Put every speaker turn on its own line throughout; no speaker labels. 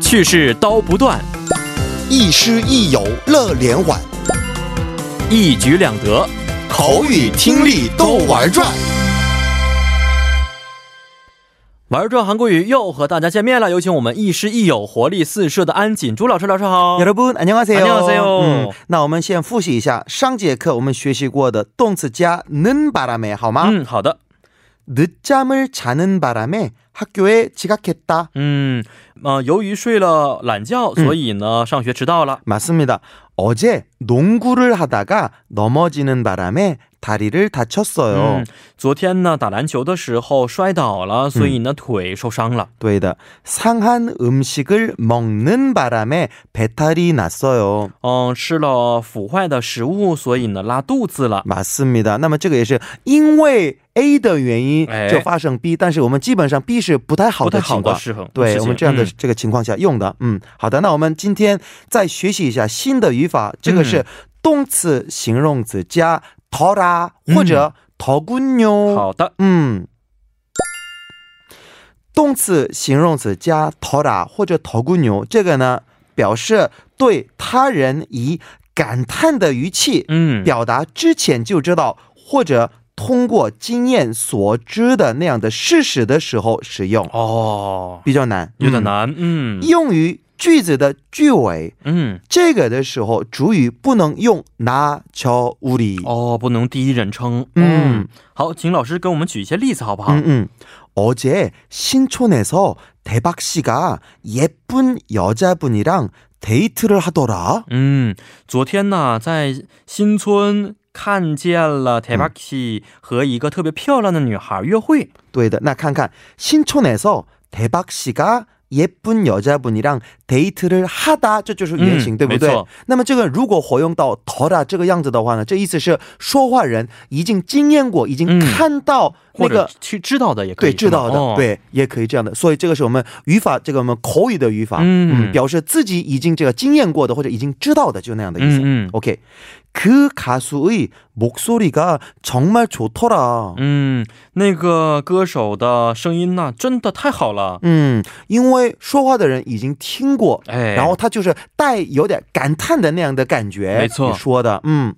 去世刀不断，
亦师亦友乐连环，
一举两得。
口语听力都玩转。
玩转韩国语又和大家见面了，有请我们亦师亦友、活力四射的安锦珠老师。老师好，
여러분 안녕하세요.
안녕하세요.
那我们先复习一下上节课我们学习过的动词加 는 바람에 好吗？
嗯，好的，
늦잠을 자는 바람에 학교에 지각했다.
嗯，呃，由于睡了懒觉，所以呢，
嗯
上学迟到了。
맞습니다. 어제 농구를 하다가 넘어지는 바람에 다리를 다쳤어요.
嗯，昨天呢打篮球的时候摔倒
嗯
了，所以呢、腿受伤了。
对的. 상한 음식을 먹는 바람에 배탈이 났어요.
嗯，吃了腐坏的食物，所以呢拉肚子了。
맞습니다. 那么这个也是因为 A 的原因
哎
就发生 B，、但是我们基本上 B 是不太好
不太
的
好
情
的
况。
事情，事
对
情
我们这样的
嗯
这个情况下用的，嗯，好的，那我们今天再学习一下新的语法，这个是
嗯
动词形容词加더라或者더군요，
嗯好的，
嗯，动词形容词加더라或者더군요，这个呢表示对他人以感叹的语气，
嗯，
表达之前就知道或者通过经验所知的那样的事实的时候使用，
哦，
比较难，
有点
嗯。
难，嗯
用于句子的句尾，
嗯，
这个的时候主语不能用拿乔乌里。
哦，不能第一人称，
嗯
嗯，好，请老师给我们举一些例子好不好？
음, 음. 嗯 어제 신촌에서 대박 씨가 예쁜 여자분이랑 데이트를 하더라.
嗯，昨天呢，在新村看见了 t e b a k i 和一个特别漂亮的女孩约会。
对的. 나 칸칸. 신촌에서 대박 씨가 예쁜 여자분이랑 데이트를 하다.
嗯，
这就是原型，对不对？
没错。
那么这个如果活用到 “tora” 这个样子的话呢，这意思是说话人已经经验过，已经
嗯
看到那
或
个、
者去知道的也可以，
对知道的、
是吗，哦
对，也可以这样的。所以这个是我们语法，这个我们口语的语法，
嗯
表示自己已经这个经验过的或者已经知道的，就那样的意思。
嗯嗯
OK，그가수의목소리가정말좋더라。
嗯，那个歌手的声音呐、真的太好了，
嗯，因为说话的人已经听过，
哎，
然后他就是带有点感叹的那样的感觉，
没错
你说的，嗯。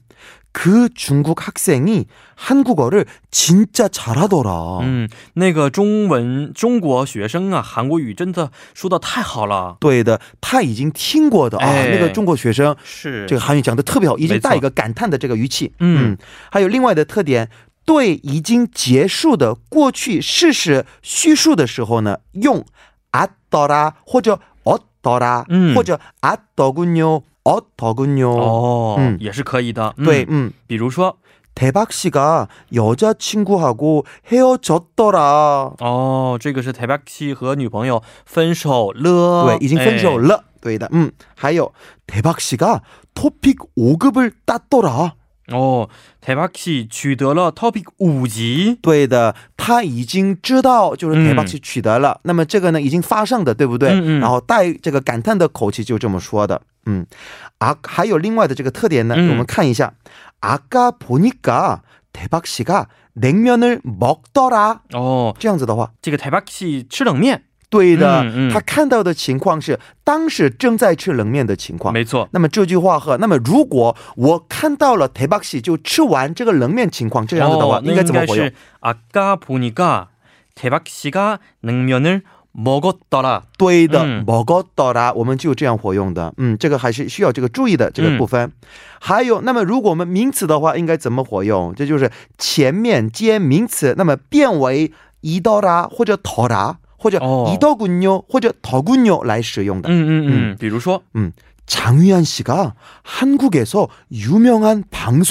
그중국학생이한국어를진짜잘하더라。
嗯，那个中文中国学生啊，韩国语真的说的太好了，
对的，他已经听过的啊、
哎
那个中国学生
是
这个韩语讲的特别好，已经
네. 没错
带一个感叹的这个语气。
嗯，
还有另外的特点，对已经结束的过去事实叙述的时候呢，用아더라或者어더라，
嗯
或者아더군요어더군요。
哦、
嗯
也是可以的，嗯
对，，嗯，
比如说
대박씨가여자친구하고헤어졌더라。
哦，这个是 t e b a k i 和女朋友分手了，
对，已经分手
哎
了。对的，嗯，还有대박씨가토픽5급을땄더라。
哦 t e b a k i 取得了 Topic 五级，
对的，他已经知道就是
嗯
台巴去取得了、那么这个呢，已经发生的，对不对？
嗯嗯
然后带这个感叹的口气，就这么说的。嗯，啊，还有另外的这个特点呢，
嗯
我们看一下。아까보니까대박씨가냉면을먹더라。
哦，
这样子的话，
这个 t e b a k i 吃冷面，
对的、
嗯嗯
他看到的情况是当时正在吃冷面的情况。
没错，
那么这句话和那么如果我看到了台巴西就吃完这个冷面情况，这样子的话、
哦那
应该怎么活用
是？아까보니까대박씨가냉면을먹었더라。
对的
嗯，
报告到达，啊我们就这样活用的。嗯，这个还是需要这个注意的这个部
嗯
分。还有，那么如果我们名词的话，应该怎么活用？这就是前面接名词，那么变为移到啦，或者逃啦，或者
哦
移到군요，或者逃군요来使用的。
嗯嗯嗯，比如说
장위안 씨가 啊 한국에서 유명한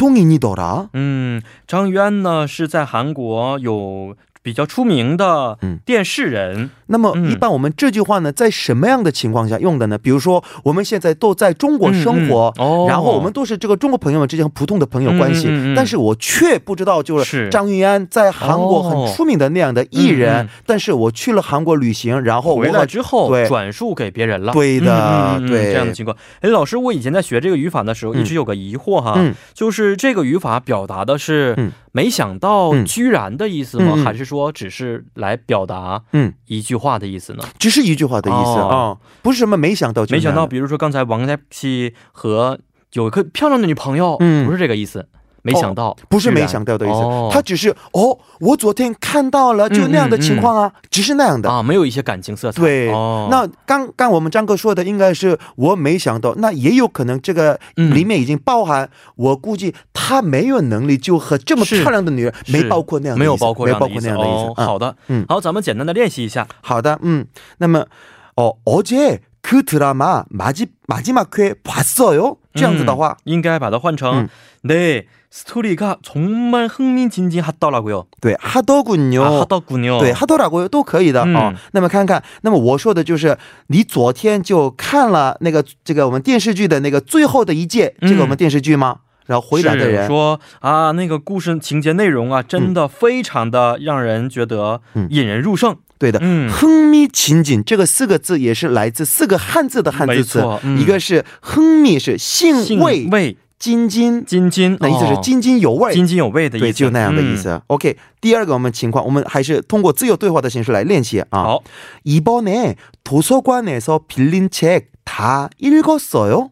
방송인이더라.
嗯，张渊呢是在韩国有比较出名的
嗯
电视人。
那么
嗯
一般我们这句话呢，在什么样的情况下用的呢？比如说，我们现在都在中国生活，
嗯嗯哦
然后我们都是这个中国朋友们之间普通的朋友关系，
嗯嗯嗯嗯
但是我却不知道，就是是张云安在韩国很出名的那样的艺
哦
人，
嗯嗯
但是我去了韩国旅行，然后我
回来之后
对
转述给别人了，
对
嗯
的
嗯嗯嗯
对
这样的情况。哎，老师，我以前在学这个语法的时候，
嗯
一直有个疑惑哈，
嗯
就是这个语法表达的是
嗯
没想到、
嗯
居然的意思吗、
嗯嗯
还是说只是来表达
嗯
一句话的意思呢？
只是一句话的意思啊、
哦
不是什么没想到就
没想到，
难
比如说刚才王佳琪和有一个漂亮的女朋友，
嗯哦
不是这个意思，没想到，
不是
居然
没想到的意思，
哦嗯
他只是哦，我昨天看到了，就那样的情况啊，只是那样的。
啊，没有一些感情色彩。
对，
哦、
那刚刚我们张哥说的应该是我没想到，那也有可能这个
嗯
里面已经包含，我估计他没有能力就和这么
是
漂亮的女人没包括那样
没
的意思，
有包括
没
这
有
样的意
包括
思
那样的意思
哦。
嗯
好的，
嗯
好，咱们简单的练习一下。
好的, 음, 那么，어，어제그 드라마 마지, 마지막 회 봤어요? 这样子的话,
嗯应该把它换成
嗯
네스토리가정말흥미진진하더라고요
对, 하더군요.
아하더군요
对，哈多拉国都可以的
嗯
哦。那么看看，那么我说的就是，你昨天就看了那个这个我们电视剧的那个最后的一届，
嗯
这个我们电视剧吗？然后回答的
是
人，
说啊，那个故事情节内容啊，真的非常的让人觉得
嗯
引人入胜。
对的。
嗯，
亨密情景这个四个字也是来自四个汉字的汉字词
没错，嗯
一个是亨密是
兴
兴嗯味
味
津津，
津津，
那意思是
哦
津津有味。
津津有味的意思，
对，就那样的意
嗯
思。OK，第二个我们情况，我们还是通过自由对话的形式来练习啊。
好，
이번에 도서관에서 빌린 책 다 읽었어요?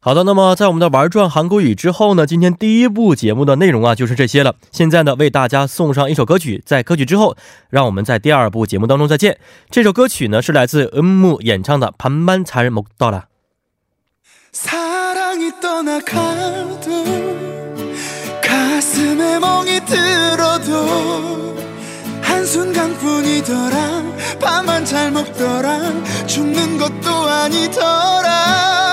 好的，那么在我们的玩转韩国语之后呢，今天第一部节目的内容啊就是这些了。现在呢，为大家送上一首歌曲，在歌曲之后，让我们在第二部节目当中再见。这首歌曲呢是来自은무演唱的《반반잘먹더라》。
사랑이 떠나가도 가슴에 멍이 들어도 한순간뿐이더라 밥만 잘 먹더라 죽는 것도 아니더라